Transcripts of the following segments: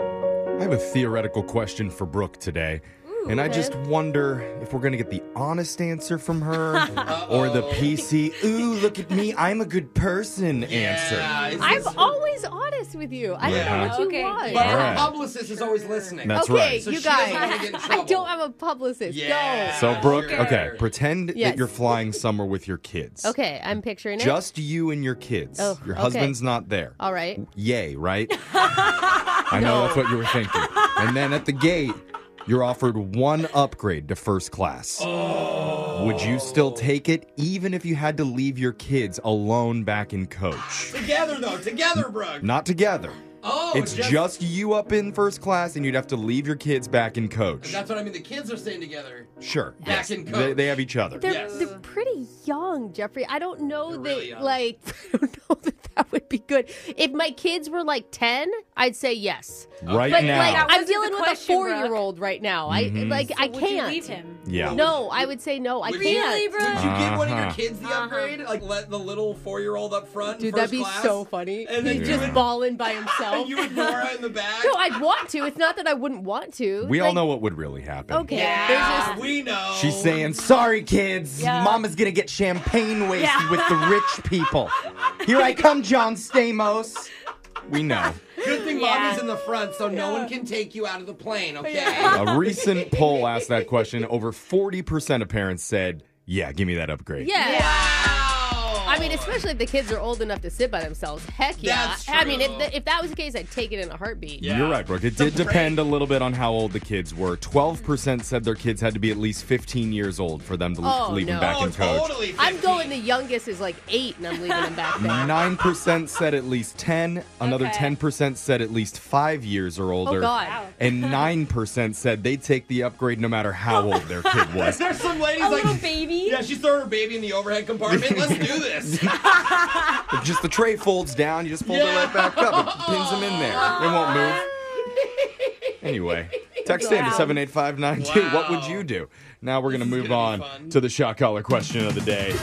I have a theoretical question for Brooke today. and I just wonder if we're going to get the honest answer from her or the PC, ooh, look at me, I'm a good person answer. is I'm this- always honest with you. I Yeah. don't know what you Okay. want. But her Alright. publicist is always listening. That's okay, right. So you she doesn't wanna guys. get in I trouble. don't have a publicist. Yeah. Go. So, Brooke, Sure. okay, pretend Yes. that you're flying somewhere with your kids. Okay, I'm picturing it. Just you and your kids. Oh, your okay. husband's not there. All right. Yay, right? I know that's what you were thinking. And then at the gate, you're offered one upgrade to first class. Oh. Would you still take it even if you had to leave your kids alone back in coach? Together though, together, Brooke. Not together. Oh, It's just you up in first class and you'd have to leave your kids back in coach. That's what I mean. The kids are staying together. Sure. Back in They, coach. they have each other. They're, Yes. they're pretty young, Jeffrey. I don't know They're that, really young. like, I don't know that that would be good. If my kids were like 10, I'd say yes. Right But, now. like, That I'm wasn't dealing the with question, a four year old right now. I, like, I Would you can't. leave him? yeah. No, I would say no. I Mm-hmm. Would you can't. leave her? Would you give one of your Uh-huh. kids the upgrade? Like let the little four-year-old up front. Dude, first that'd be class? so funny. And then He's you just would, bawling by himself. you and Nora in the back. No, I'd want to. It's not that I wouldn't want to. We all Like, know what would really happen. Okay. yeah, There's just, we know. She's saying, sorry, kids. Yeah. Mama's going to get champagne wasted with the rich people. Here I come, John Stamos. We know. Good thing Yeah. mommy's in the front, so no one can take you out of the plane. Okay. A recent poll asked that question. Over 40% of parents said, yeah, give me that upgrade. yeah. Wow. I mean, especially if the kids are old enough to sit by themselves. Heck yeah. That's I mean, if, true. th- if that was the case, I'd take it in a heartbeat. Yeah. You're right, Brooke. It did depend a little bit on how old the kids were. 12% said their kids had to be at least 15 years old for them to Oh, leave them no. back oh, in coach. totally. I'm 15. going. The youngest is like eight, and I'm leaving him back there. 9% said at least 10. Another Okay. 10% said at least five years or older. Oh God. Wow. and 9% said they'd take the upgrade no matter how old their kid was. There's some ladies A like little baby. Yeah, she's throwing her baby in the overhead compartment. Let's do this. If just the tray folds down, you just fold it right back up. It pins them in there. It won't move. Anyway, text in to Wow. 78592. What would you do? Now we're going to is move gonna be on fun. to the shot collar question of the day.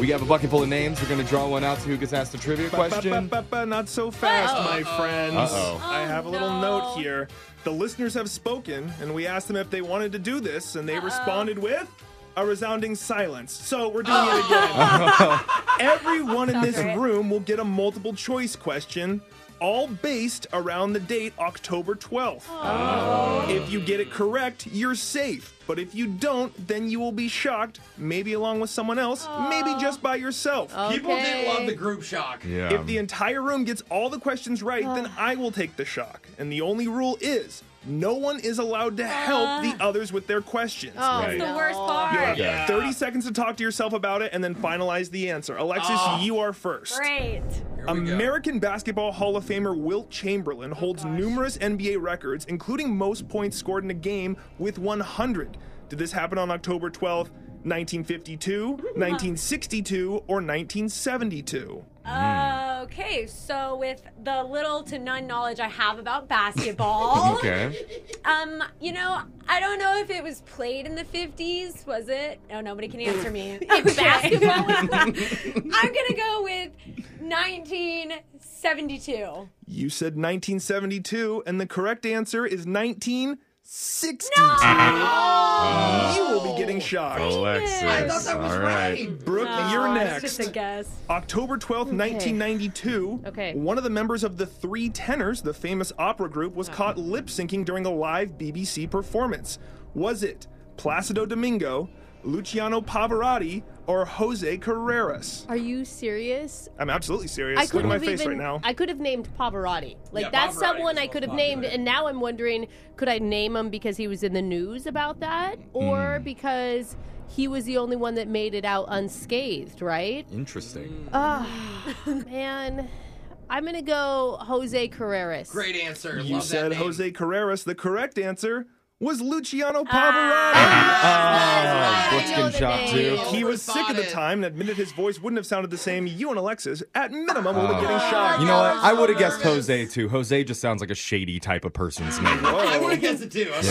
We have a bucket full of names. We're going to draw one out to who gets asked a trivia question. Ba-ba-ba-ba, Not so fast, my friends. Uh-oh. I have a little Oh, no. note here. The listeners have spoken, and we asked them if they wanted to do this, and they responded with a resounding silence. So we're doing it again. Everyone in this Oh. great. room will get a multiple choice question, all based around the date October 12th. Oh. If you get it correct, you're safe. But if you don't, then you will be shocked, maybe along with someone else, maybe Oh. just by yourself. People did Okay. love the group shock. Yeah. If the entire room gets all the questions right, then I will take the shock. And the only rule is no one is allowed to help the others with their questions. Oh, Right. The no. worst You part. have Yeah. 30 seconds to talk to yourself about it and then finalize the answer. Alexis, you are first. Great. Here we go. American Basketball Hall of Famer Wilt Chamberlain holds numerous NBA records, including most points scored in a game with 100. Did this happen on October 12th, 1952, 1962, or 1972? Okay, so with the little to none knowledge I have about basketball, Okay. um, you know, I don't know if it was played in the 50s, was it? Oh, nobody can answer me. If basketball was played, I'm going to go with 1972. You said 1972, and the correct answer is 1962. Oh, You will be getting shocked. Alexis. I thought that was Oh, All right. right. Brooke, you're That's next. just a guess. October 12th, 1992. Okay. One of the members of the Three Tenors, the famous opera group, was caught lip syncing during a live BBC performance. Was it Placido Domingo, Luciano Pavarotti, or Jose Carreras? Are you serious? I'm absolutely serious. I Look could at my have face even. right now. I could have named Pavarotti. Like Yeah, that's Pavarotti someone was I could have popular. named, and now I'm wondering, could I name him because he was in the news about that, or because he was the only one that made it out unscathed, right? Interesting. Man, I'm gonna go Jose Carreras. Great answer. You Love that said name. Jose Carreras. The correct answer was Luciano Pavarotti. I Brooks know getting the shot name. too. He was sick at the Overthought it. time and admitted his voice wouldn't have sounded the same. You and Alexis, at minimum, will be getting shot. You know what? I so would have guessed nervous. Jose too. Jose just sounds like a shady type of person's name. I would have guessed it too. I'm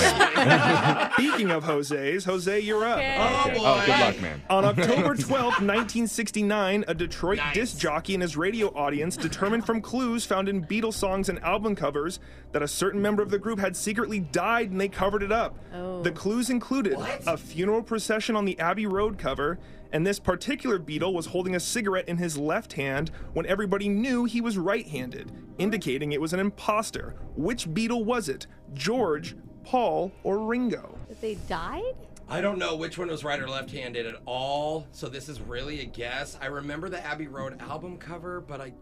sorry. Speaking of Jose's, Jose, you're up. Oh, Okay. boy. Oh, good luck, man. On October 12, 1969, a Detroit Nice. disc jockey and his radio audience determined from clues found in Beatles songs and album covers that a certain member of the group had secretly died and they covered it up. Oh. The clues included a funeral procession on the Abbey Road cover, and this particular Beatle was holding a cigarette in his left hand when everybody knew he was right handed, indicating it was an imposter. Which Beatle was it? George, Paul, or Ringo? That they died? I don't know which one was right or left handed at all, so this is really a guess. I remember the Abbey Road album cover, but I.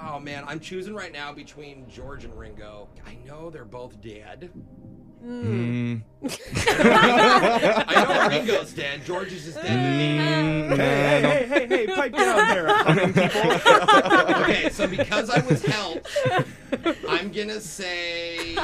Oh man, I'm choosing right now between George and Ringo. I know they're both dead. Hmm. I know Ringo's dead. George is just dead. Hey, hey, hey, hey, pipe down there. fucking people. Okay, so because I was helped, I'm gonna say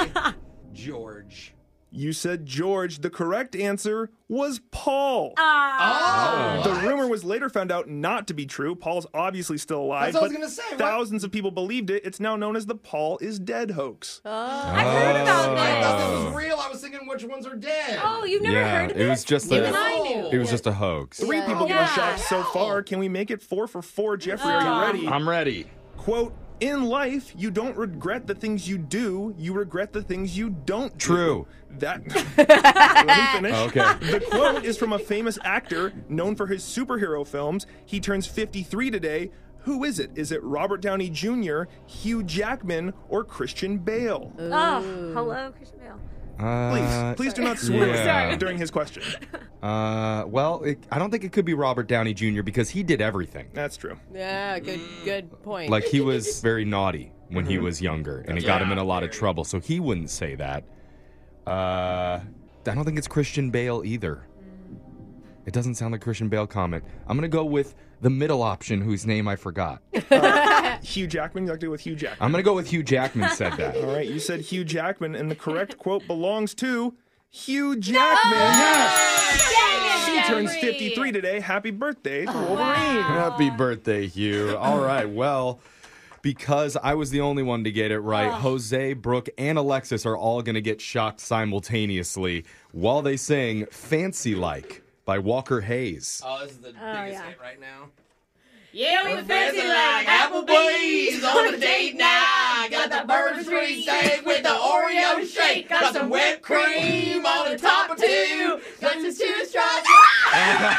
George. You said George. The correct answer was Paul. Uh, Oh, The rumor was later found out not to be true. Paul's obviously still alive. That's what I was but gonna say, what- Thousands of people believed it. It's now known as the Paul is dead hoax. I've heard about I that. thought that Oh. was real. I was thinking which ones are dead. Oh. Oh, you've never yeah, heard of it was just Even a. I knew. It was just a hoax. Three Yeah. people Yeah. got shot so far. Can we make it four for four? Jeffrey, are you ready? I'm ready. Quote, in life, you don't regret the things you do, you regret the things you don't do." True. That. Let me finish. Okay. The quote is from a famous actor known for his superhero films. He turns 53 today. Who is it? Is it Robert Downey Jr., Hugh Jackman, or Christian Bale? Oh, hello, Christian Bale. please, Uh, please do not swear yeah. during his question. Uh, well, it, I don't think it could be Robert Downey Jr. because he did everything. That's true. Yeah, good good point. Like he was very naughty when he was younger, and it got right. him in a lot of Yeah. trouble. So he wouldn't say that. Uh, I don't think it's Christian Bale either. It doesn't sound like Christian Bale comment. I'm gonna go with the middle option, whose name I forgot. Hugh Jackman, you like to go with Hugh Jackman. I'm gonna go with Hugh Jackman said that. All right, you said Hugh Jackman, and the correct quote belongs to Hugh Jackman. Dang it, He turns Jeffrey. 53 today. Happy birthday to Wolverine. Happy birthday, Hugh. All right, well. Because I was the only one to get it right, Ah. Jose, Brooke, and Alexis are all going to get shocked simultaneously while they sing Fancy Like by Walker Hayes. Oh, this is the biggest yeah. hit right now. yeah, we Fancy like Applebee's on a date night. Got the burger street steak with the Oreo shake. Got some whipped cream on the top of two. Got some two straws. Ah!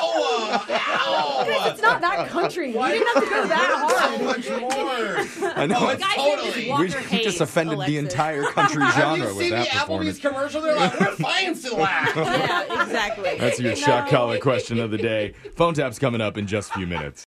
Ow! Ow! It's not that country. You didn't have to go that hard. So much more. I know. Oh, it's totally. we Walker we just Hayes, offended the Alexis. entire country Have you genre with seen the that performance. Applebee's commercial? They're like, we're fancy like. Yeah, exactly. That's your shock collar question of the day. Phone tap's coming up in just a few minutes.